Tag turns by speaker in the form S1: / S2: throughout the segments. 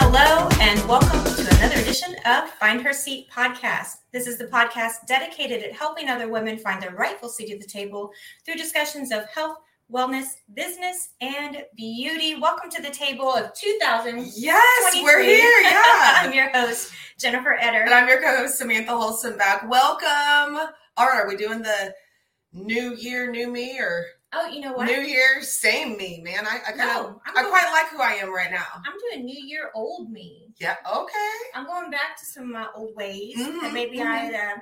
S1: Hello, and welcome to another edition of Find Her Seat podcast. This is the podcast dedicated at helping other women find their rightful seat at the table through discussions of health, wellness, business, and beauty. Welcome to the table of 2000.
S2: Yes, we're here. Yeah.
S1: I'm your host, Jennifer Etter.
S2: And I'm your co host, Samantha Holson back. Welcome. All right, are we doing the new year, new me, or
S1: oh, you know what?
S2: new year, same me, man? I, I kind of,
S1: No, I'm
S2: I
S1: doing-
S2: quite like who I am right now.
S1: I'm doing New Year Old Me.
S2: Yeah, okay.
S1: I'm going back to some of my old ways
S2: Mhm,
S1: that maybe I had uh,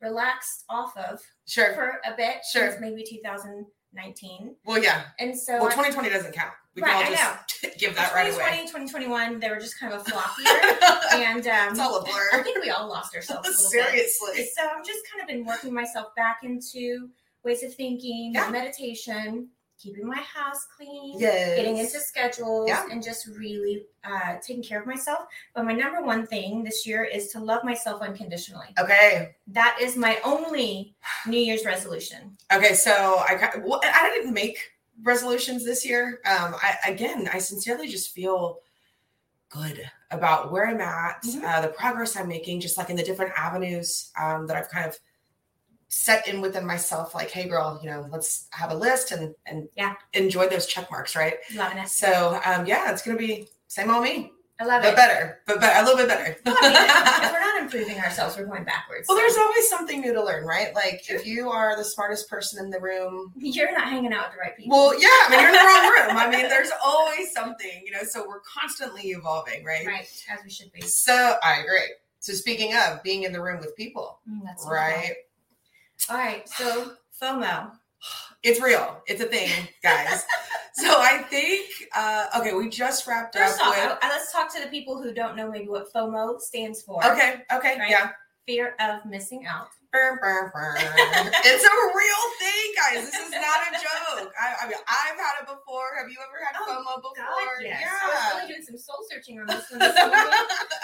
S1: relaxed off of
S2: Sure.
S1: for a bit
S2: Sure.
S1: since maybe 2019.
S2: Well, yeah.
S1: And so
S2: Well,
S1: I-
S2: 2020 doesn't count. We
S1: Right,
S2: can all
S1: I
S2: just give that right away.
S1: 2020, 2021, they were just kind of a flop year. and um,
S2: It's all a blur.
S1: I think we all lost ourselves. A little
S2: Seriously.
S1: Bit. So I've just kind of been working myself back into ways of thinking,
S2: Yeah.
S1: meditation, keeping my house clean,
S2: Yes.
S1: getting into schedules,
S2: Yeah.
S1: and just really uh, taking care of myself. But my number one thing this year is to love myself unconditionally.
S2: Okay.
S1: That is my only New Year's resolution.
S2: Okay. So I, ki- well, I didn't make resolutions this year. Um, I, again, I sincerely just feel good about where I'm at,
S1: Mhm.
S2: uh, the progress I'm making, just like in the different avenues um, that I've kind of set in within myself. Like, hey, girl, you know, let's have a list and and
S1: Yeah.
S2: enjoy those check marks, right?
S1: Loving it.
S2: So, um, yeah, it's gonna be same old me,
S1: I love
S2: but
S1: it.
S2: better, but better, a little bit better.
S1: Well, I mean, if we're not improving ourselves, we're going backwards.
S2: Well,
S1: So
S2: there's always something new to learn, right? Like if you are the smartest person in the room,
S1: you're not hanging out with the right people.
S2: well, yeah, I mean you're in the wrong room. I mean, there's always something, you know. So we're constantly evolving, right?
S1: right as we should be.
S2: So I agree. So speaking of being in the room with people,
S1: Mm, That's what I want.
S2: right?
S1: All right, so FOMO.
S2: It's real. It's a thing, guys. so I think uh, okay, we just wrapped
S1: First
S2: up
S1: off,
S2: with.
S1: I- I- let's talk to the people who don't know maybe what FOMO stands for.
S2: Okay, okay,
S1: Right.
S2: yeah.
S1: Fear of missing out.
S2: Brr, brr, brr. it's a real thing, guys. This is not a joke. I, I mean, I've had it before. Have you ever had
S1: Oh,
S2: FOMO before?
S1: I was really doing some soul searching on this one. This morning.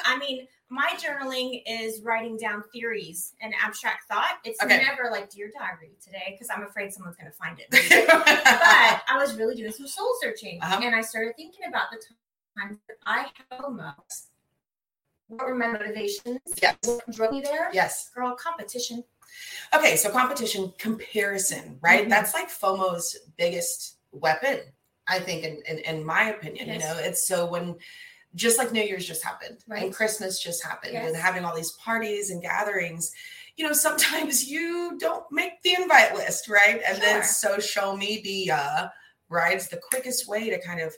S1: I mean, my journaling is writing down theories and abstract thought. It's
S2: Okay.
S1: never like dear diary today because I'm afraid someone's going to find it.
S2: but
S1: but I was really doing some soul searching,
S2: Uh-huh.
S1: and I started thinking about the times that I had FOMO. What were my motivations?
S2: yes,
S1: What drove me there?
S2: yes.
S1: Girl, competition.
S2: Okay, so competition comparison, right?
S1: Mhm.
S2: That's like FOMO's biggest weapon, I think, in in, in my opinion.
S1: Yes.
S2: You know, it's so when just like New Year's just happened
S1: Right.
S2: and Christmas just happened and
S1: Yes.
S2: having all these parties and gatherings, you know, sometimes you don't make the invite list, right? And then
S1: Sure.
S2: so show me the uh right? It's the quickest way to kind of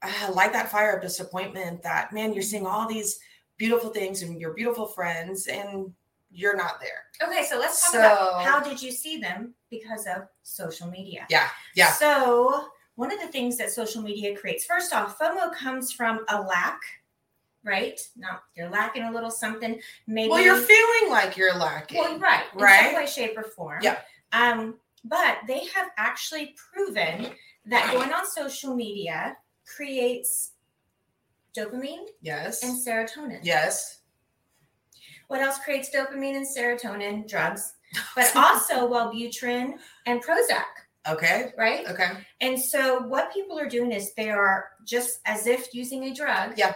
S2: uh, light that fire of disappointment that man,
S1: Mm-hmm.
S2: you're seeing all these beautiful things and your beautiful friends and you're not there.
S1: Okay, so let's talk
S2: So-
S1: about how did you see them because of social media.
S2: Yeah, yeah.
S1: So one of the things that social media creates, first off, FOMO comes from a lack, right? Now you're lacking a little something. Maybe
S2: Well, you're feeling like you're lacking.
S1: well, right, in
S2: right?
S1: some way, shape, or form.
S2: Yeah.
S1: Um, but they have actually proven that going on social media creates dopamine
S2: yes.
S1: and serotonin.
S2: yes.
S1: What else creates dopamine and serotonin? Drugs, but also Wellbutrin and Prozac,
S2: Okay.
S1: right?
S2: Okay.
S1: And so what people are doing is they are just as if using a drug.
S2: Yeah.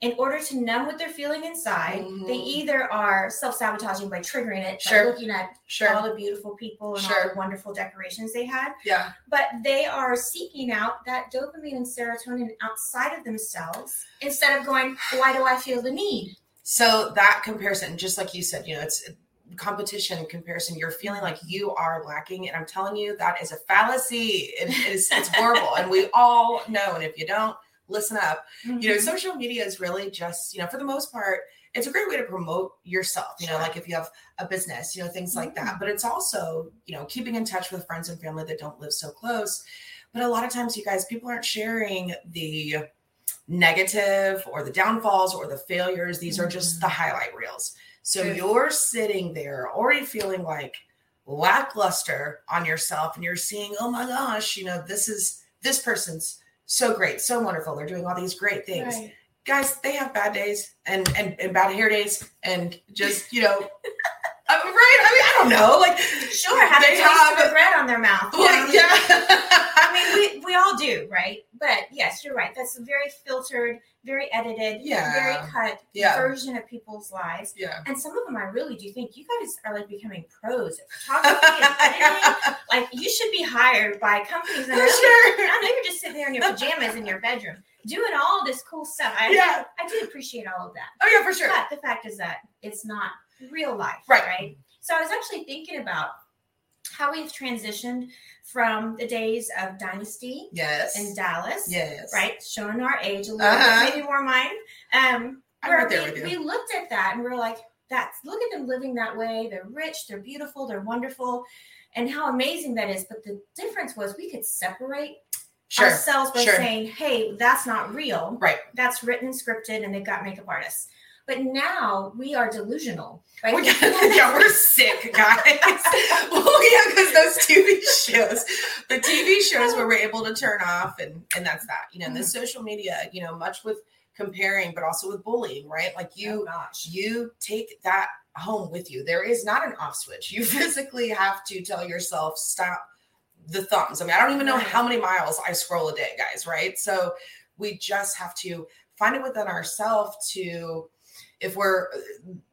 S1: in order to numb what they're feeling inside, they
S2: Mhm.
S1: either are self sabotaging by triggering it,
S2: Sure.
S1: by looking at all
S2: Sure.
S1: the beautiful people and all
S2: Sure.
S1: the wonderful decorations they had,
S2: Yeah.
S1: but they are seeking out that dopamine and serotonin outside of themselves instead of going, why do I feel the need?
S2: So that comparison, just like you said, you know, it's competition comparison. You're feeling like you are lacking, and I'm telling you that is a fallacy. It, it is it's horrible, and we all know. And if you don't, listen up.
S1: Mm-hmm.
S2: You know, social media is really just you know, for the most part, it's a great way to promote yourself. You know, like if you have a business, you know, things like that. But it's also you know, keeping in touch with friends and family that don't live so close. But a lot of times, you guys, people aren't sharing the negative or the downfalls or the failures. These are just the highlight reels. So
S1: True.
S2: you're sitting there already feeling like lackluster on yourself and you're seeing, oh my gosh, you know, this is this person's so great, so wonderful. They're doing all these great things.
S1: Right.
S2: Guys, they have bad days and, and and bad hair days and just, you know, I'm right. I mean, I don't know. Like
S1: Sure, have a
S2: they
S1: taste of
S2: have
S1: regret on their mouth. you know?
S2: like, yeah.
S1: I mean, we, we all do, right? But yes, you're right. That's a very filtered, very edited,
S2: Yeah.
S1: very cut
S2: Yeah.
S1: version of people's lives.
S2: yeah.
S1: And some of them, I really do think you guys are like becoming pros at photography and editing. Like, you should be hired by companies. And I, know,
S2: Sure.
S1: I know you're just sitting there in your pajamas in your bedroom doing all this cool stuff. I,
S2: Yeah.
S1: I do appreciate all of that.
S2: Oh yeah, for sure.
S1: But the fact is that it's not real life,
S2: Right.
S1: right? So I was actually thinking about how we've transitioned from the days of Dynasty
S2: Yes.
S1: in Dallas,
S2: yes.
S1: right? Showing our age a little
S2: Uh-huh.
S1: bit, maybe more mine. Um,
S2: I'm
S1: where
S2: right there
S1: we,
S2: with you.
S1: we looked at that and we're like, that's look at them living that way. They're rich, they're beautiful, they're wonderful, and how amazing that is. But the difference was we could separate
S2: Sure.
S1: ourselves by
S2: sure.
S1: saying, hey, that's not real.
S2: Right.
S1: That's written, scripted, and they've got makeup artists. But now we are delusional, right?
S2: We got- yeah, we're sick, guys. well, yeah, because those TV shows, the TV shows where we're able to turn off, and and that's that. You know, and the social media, you know, much with comparing, but also with bullying, right? Like
S1: oh,
S2: you,
S1: gosh.
S2: you take that home with you. There is not an off switch. You physically have to tell yourself, stop the thumbs. I mean, I don't even know
S1: Right.
S2: how many miles I scroll a day, guys, right? So we just have to find it within ourselves to if we're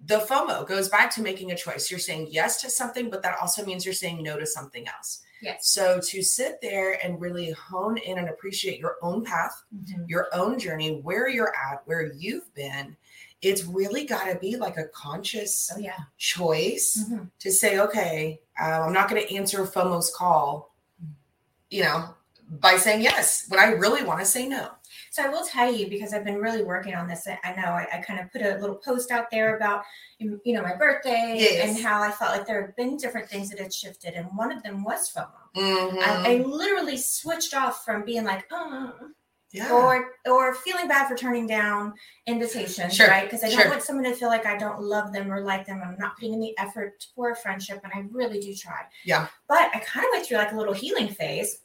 S2: the FOMO goes back to making a choice. You're saying yes to something, but that also means you're saying no to something else.
S1: Yes.
S2: So to sit there and really hone in and appreciate your own path your own journey, where you're at, where you've been, it's really got to be like a conscious
S1: Oh, yeah.
S2: choice
S1: Mhm.
S2: to say, okay, um, I'm not going to answer FOMO's call, you know, by saying yes when I really want to say no.
S1: So I will tell you because I've been really working on this. I I know I, I kind of put a little post out there about you know my birthday
S2: Yes.
S1: and how I felt like there have been different things that had shifted, and one of them was FOMO.
S2: Mhm.
S1: I, I literally switched off from being like, oh,
S2: yeah.
S1: or or feeling bad for turning down invitations,
S2: Sure,
S1: right? Because I don't
S2: sure.
S1: want someone to feel like I don't love them or like them. I'm not putting in the effort for a friendship, and I really do try.
S2: Yeah.
S1: But I kind of went through like a little healing phase,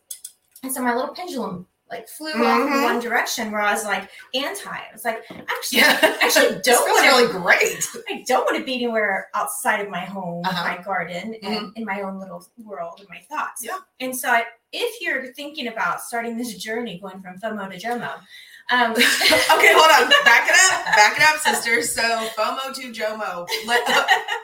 S1: and so my little pendulum like flew off in
S2: Mhm.
S1: one direction where I was like anti. I was like, actually,
S2: yeah.
S1: actually
S2: This
S1: don't
S2: feels
S1: wanna-
S2: really great.
S1: I don't want to be anywhere outside of my home,
S2: Uh-huh.
S1: my garden, and in my own little world and my thoughts.
S2: Yeah.
S1: And so, I, if you're thinking about starting this journey, going from FOMO to JOMO, um,
S2: okay, hold on. Back it up. Back it up, sister. So FOMO to JOMO. Let,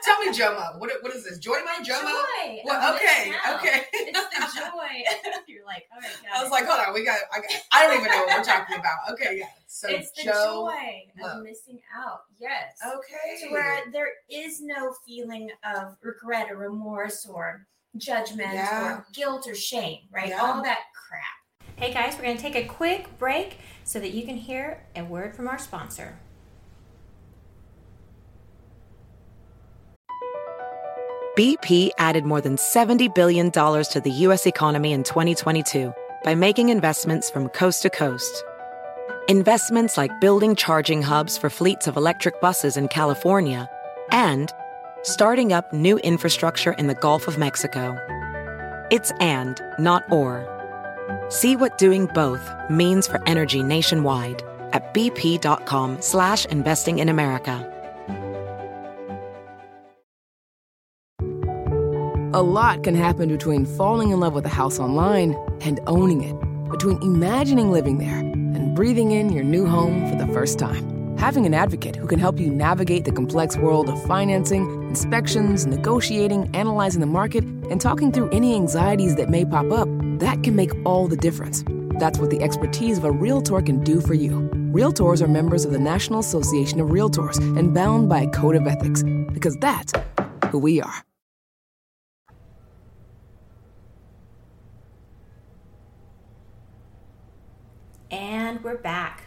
S2: tell me JOMO. What, what is this? Join my Uh, JOMO?
S1: Joy.
S2: Well,
S1: of this
S2: okay,
S1: now.
S2: okay.
S1: It's the joy. You're like, "Oh all right, got
S2: I was
S1: it.
S2: like, hold on, we got. I, got, I don't even know what we're talking about. Okay, yeah. So
S1: it's the
S2: Joe.
S1: joy
S2: Mo.
S1: of missing out. Yes.
S2: Okay.
S1: To where there is no feeling of regret or remorse or judgment
S2: Yeah.
S1: or guilt or shame, right?
S2: Yeah.
S1: All that crap. Hey guys, we're going to take a quick break so that you can hear a word from our sponsor.
S3: BP added more than $70 billion to the U.S. economy in 2022 by making investments from coast to coast. Investments like building charging hubs for fleets of electric buses in California and starting up new infrastructure in the Gulf of Mexico. It's and, not or. See what doing both means for energy nationwide at bp.com slash investing in America.
S4: A lot can happen between falling in love with a house online and owning it, between imagining living there and breathing in your new home for the first time. Having an advocate who can help you navigate the complex world of financing, inspections, negotiating, analyzing the market, and talking through any anxieties that may pop up, that can make all the difference. That's what the expertise of a Realtor can do for you. Realtors are members of the National Association of Realtors and bound by a code of ethics, because that's who we are.
S1: And we're back.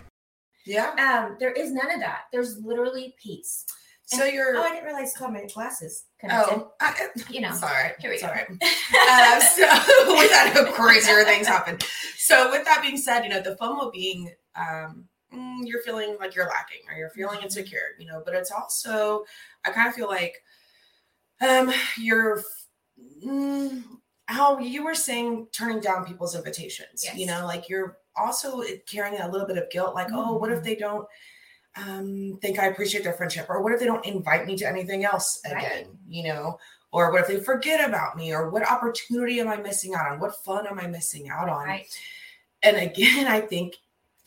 S2: Yeah.
S1: Um, there is none of that. There's literally peace.
S2: So you're.
S1: Oh, I didn't realize how many glasses connected.
S2: Oh, I,
S1: You know.
S2: sorry.
S1: Here we go.
S2: sorry. uh, so with that, no crazier things happen. So with that being said, you know, the FOMO being, um, mm, you're feeling like you're lacking or you're
S1: Mm-hmm.
S2: feeling insecure, you know, but it's also, I kind of feel like, um, you're, mm, how you were saying, turning down people's invitations, you
S1: Yes.
S2: know, like you're also carrying a little bit of guilt, like, oh, what
S1: Mm-hmm.
S2: if they don't, um, think I appreciate their friendship, or what if they don't invite me to anything else again,
S1: Right.
S2: you know? Or what if they forget about me? Or what opportunity am I missing out on? What fun am I missing out on?
S1: right.
S2: And again, I think,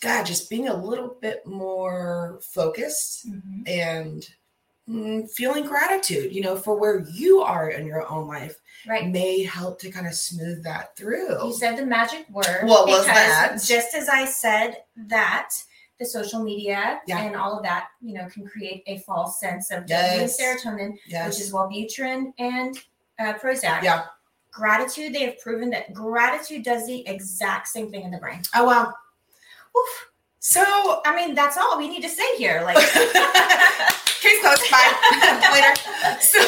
S2: God, just being a little bit more focused
S1: Mhm.
S2: and mm, feeling gratitude, you know, for where you are in your own life
S1: Right.
S2: may help to kind of smooth that through.
S1: You said the magic word.
S2: What was
S1: because
S2: that?
S1: Just as I said that, the social media
S2: Yeah.
S1: and all of that, you know, can create a false sense of
S2: Yes.
S1: dopamine, serotonin,
S2: yes.
S1: which is Wellbutrin and uh, Prozac.
S2: yeah.
S1: Gratitude. They have proven that gratitude does the exact same thing in the brain.
S2: Oh, wow.
S1: Oof.
S2: So
S1: I mean, that's all we need to say here. Like,
S2: Case closed. Bye. Later. So,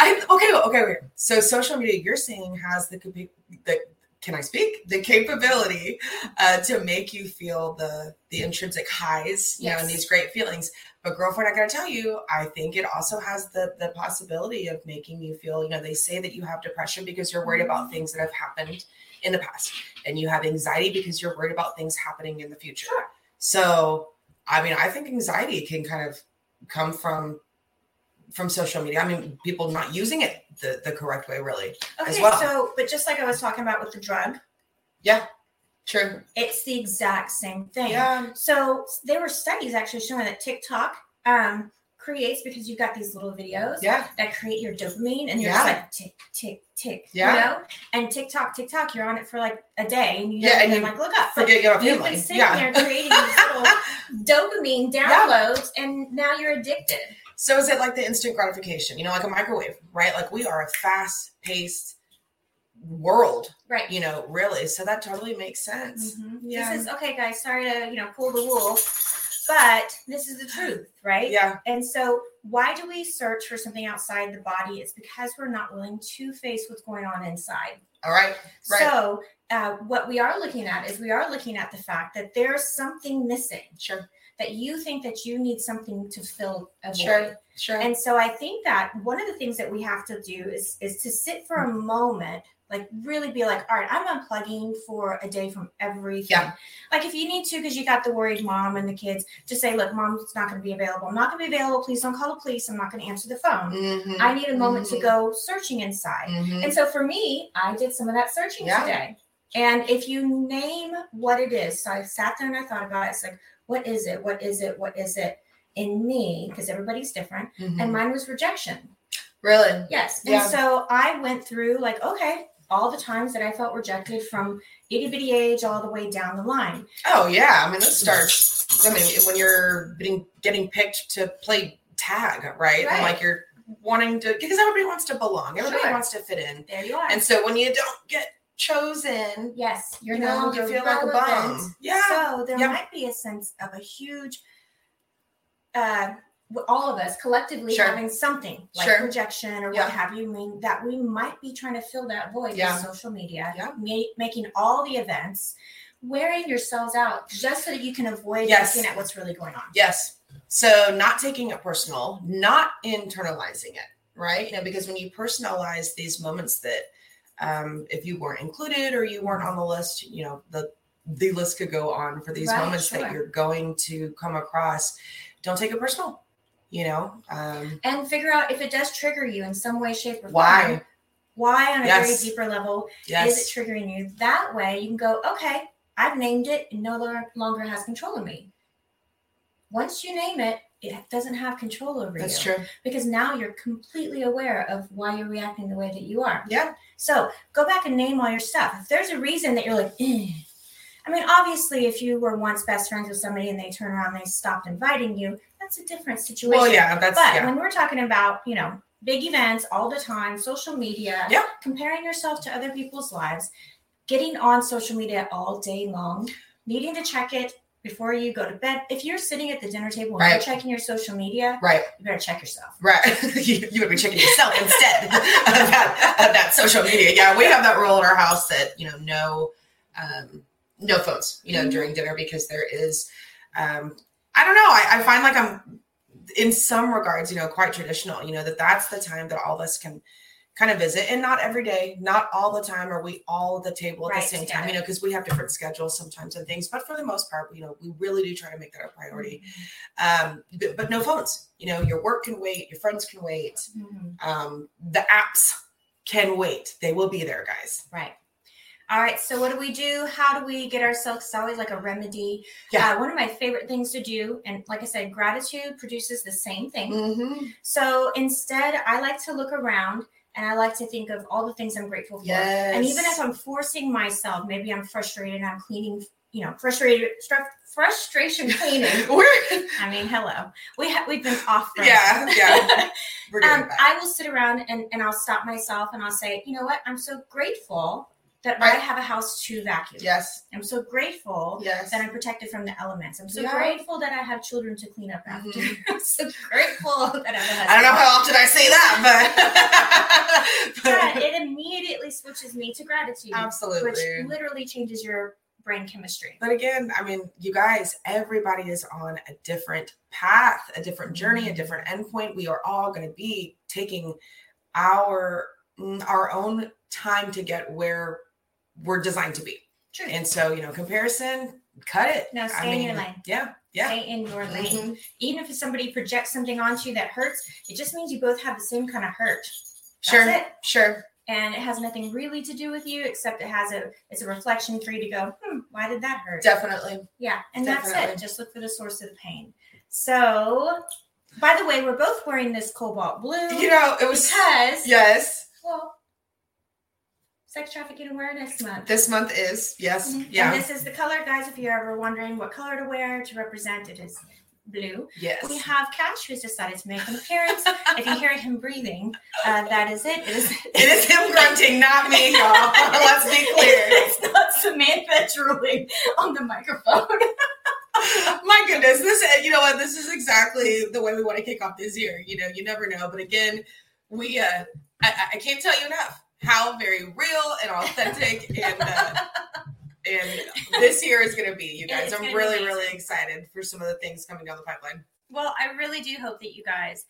S2: I okay. well, Okay. Wait. So, social media, you're saying has the capa- the can I speak the capability uh, to make you feel the the intrinsic highs, you know, and
S1: Yes.
S2: these great feelings. But girlfriend, I gotta tell you, I think it also has the the possibility of making you feel. You know, they say that you have depression because you're worried
S1: Mm-hmm.
S2: about things that have happened in the past, and you have anxiety because you're worried about things happening in the future.
S1: Sure.
S2: So, I mean, I think anxiety can kind of come from from social media. I mean, people not using it the, the correct way, really. as
S1: okay,
S2: well.
S1: so, but just like I was talking about with the drug,
S2: True.
S1: it's the exact same thing.
S2: Yeah.
S1: So there were studies actually showing that TikTok um, creates because you've got these little videos
S2: Yeah.
S1: that create your dopamine, and you're
S2: Yeah.
S1: just like tick, tick, tick.
S2: Yeah.
S1: You know, and TikTok, TikTok, you're on it for like a day, and you
S2: Yeah,
S1: yeah,
S2: and
S1: and
S2: you
S1: like look up. But
S2: Forget your
S1: You've been
S2: family.
S1: sitting
S2: Yeah.
S1: there creating these little dopamine downloads, and now you're addicted.
S2: So is it like the instant gratification? You know, like a microwave, right? Like we are a fast paced world,
S1: Right.
S2: you know, really. So that totally makes sense.
S1: Mhm.
S2: Yeah.
S1: This is okay, guys. Sorry to you know pull the wool, but this is the truth, right?
S2: Yeah.
S1: And so, why do we search for something outside the body? It's because we're not willing to face what's going on inside.
S2: All right. Right.
S1: So, uh, what we are looking at is we are looking at the fact that there's something missing.
S2: Sure.
S1: That you think that you need something to fill a void.
S2: Sure. Sure.
S1: And so I think that one of the things that we have to do is is to sit for a
S2: Mm-hmm.
S1: moment, like really be like, all right, I'm unplugging for a day from everything.
S2: Yeah.
S1: Like if you need to, because you got the worried mom and the kids, just say, look, mom's not going to be available. I'm not going to be available. Please don't call the police. I'm not going to answer the phone.
S2: Mhm.
S1: I need a moment
S2: Mhm.
S1: to go searching inside.
S2: Mhm.
S1: And so for me, I did some of that searching
S2: Yeah.
S1: today. And if you name what it is, so I sat there and I thought about it. It's like, what is it? What is it? What is it in me? Because everybody's different.
S2: Mhm.
S1: And mine was rejection.
S2: really.
S1: Yes. And
S2: Yeah.
S1: so I went through like, okay, all the times that I felt rejected from itty bitty age all the way down the line.
S2: Oh yeah, I mean this starts. I mean when you're getting getting picked to play tag, right? And
S1: Right.
S2: like you're wanting to because everybody wants to belong, everybody
S1: Sure.
S2: wants to fit in,
S1: There you are.
S2: and so when you don't get chosen,
S1: yes, you're
S2: you
S1: no
S2: know
S1: longer
S2: you feel like a
S1: relevant.
S2: bum. Yeah,
S1: So there
S2: Yep.
S1: might be a sense of a huge, uh, w- all of us collectively
S2: Sure.
S1: having something like
S2: Sure.
S1: rejection or
S2: Yeah.
S1: what have you mean that we might be trying to fill that void
S2: Yeah.
S1: with social media,
S2: Yeah.
S1: ma- making all the events, wearing yourselves out just so that you can avoid
S2: Yes.
S1: looking at what's really going on.
S2: yes. So not taking it personal, not internalizing it, right? You know, because when you personalize these moments that um, if you weren't included or you weren't on the list, you know, the the list could go on for these
S1: Right,
S2: moments that
S1: sure.
S2: you're going to come across. Don't take it personal, you know. Um,
S1: and figure out if it does trigger you in some way, shape, or
S2: why?
S1: form. Why, on a
S2: Yes.
S1: very deeper level,
S2: Yes,
S1: is it triggering you? That way, you can go, okay, I've named it, and no lo- longer has control of me. once you name it, it doesn't have control over you.
S2: That's true.
S1: Because now you're completely aware of why you're reacting the way that you are.
S2: Yeah.
S1: So go back and name all your stuff. If there's a reason that you're like, eh. I mean, obviously, if you were once best friends with somebody and they turn around and they stopped inviting you, that's a different situation.
S2: Well, yeah, that's
S1: But
S2: yeah.
S1: when we're talking about, you know, big events all the time, social media,
S2: Yeah.
S1: comparing yourself to other people's lives, getting on social media all day long, needing to check it before you go to bed. If you're sitting at the dinner table and
S2: Right.
S1: you're checking your social media,
S2: Right.
S1: you better check yourself.
S2: Right. you, you would be checking yourself instead of that, of that social media. Yeah, we have that rule in our house that, you know, no um, no phones, you know,
S1: Mm-hmm.
S2: during dinner because there is um, I don't know, I, I find like I'm in some regards, you know, quite traditional, you know, that that's the time that all of us can kind of visit and not every day, not all the time are we all at the table at
S1: Right,
S2: the same
S1: yeah.
S2: time, you know, because we have different schedules sometimes and things, but for the most part, you know, we really do try to make that a priority um, but, but no phones. You know, your work can wait, your friends can wait,
S1: Mm-hmm.
S2: um, the apps can wait. They will be there, guys.
S1: Right. All right. So, what do we do? How do we get ourselves? It's always like a remedy.
S2: Yeah.
S1: Uh, one of my favorite things to do, and like I said, gratitude produces the same thing.
S2: Mm-hmm.
S1: So instead, I like to look around and I like to think of all the things I'm grateful for.
S2: Yes.
S1: And even if I'm forcing myself, maybe I'm frustrated and I'm cleaning, you know, frustrated, stru- frustration cleaning.
S2: We're,
S1: I mean, hello. We ha- we've been off. for a
S2: yeah,
S1: minute.
S2: yeah. We're doing
S1: um,
S2: that.
S1: I will sit around and, and I'll stop myself and I'll say, you know what? I'm so grateful that I
S2: Right.
S1: have a house to vacuum.
S2: yes,
S1: I'm so grateful
S2: yes.
S1: that I'm protected from the elements. I'm so
S2: Yeah.
S1: grateful that I have children to clean up after.
S2: Mhm.
S1: I'm so grateful that I have a husband.
S2: I don't know how often I say that, but,
S1: But it immediately switches me to gratitude,
S2: absolutely.
S1: which literally changes your brain chemistry.
S2: But again, I mean, you guys, everybody is on a different path, a different journey,
S1: Mm-hmm.
S2: a different endpoint. We are all going to be taking our mm, our own time to get where we're designed to be.
S1: True.
S2: And so, you know, comparison, cut it.
S1: No, stay in your lane.
S2: Yeah, yeah.
S1: Stay in your lane.
S2: Mhm.
S1: Even if somebody projects something onto you that hurts, it just means you both have the same kind of hurt.
S2: Sure,
S1: That's it.
S2: sure.
S1: And it has nothing really to do with you, except it has a it's a reflection for you to go, hmm, why did that hurt?
S2: Definitely.
S1: Yeah, and that's
S2: Definitely.
S1: it. Just look for the source of the pain. So, by the way, we're both wearing this cobalt blue
S2: You know, it was
S1: because,
S2: yes.
S1: well, Sex Trafficking Awareness Month.
S2: This month is yes.
S1: Mhm.
S2: Yeah.
S1: And this is the color, guys, if you're ever wondering what color to wear to represent it is blue.
S2: yes.
S1: We have Cash, who's decided to make an appearance. if you hear him breathing, uh, that is it. It is,
S2: It is him grunting, not me, y'all. Let's be clear.
S1: it's not Samantha drooling on the microphone.
S2: My goodness, this you know what this is exactly the way we want to kick off this year. You know, you never know, but again, we uh, I, I- I can't tell you enough how very real and authentic and uh, and this year is going to be. You
S1: It
S2: guys,
S1: is
S2: I'm
S1: gonna be
S2: really
S1: amazing.
S2: really excited for some of the things coming down the pipeline.
S1: Well, I really do hope that you guys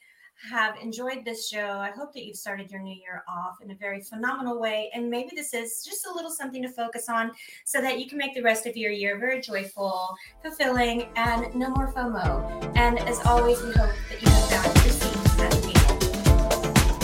S1: have enjoyed this show. I hope that you've started your new year off in a very phenomenal way. And maybe this is just a little something to focus on so that you can make the rest of your year very joyful, fulfilling, and no more FOMO. And as always, we hope that you have found your seat at the table.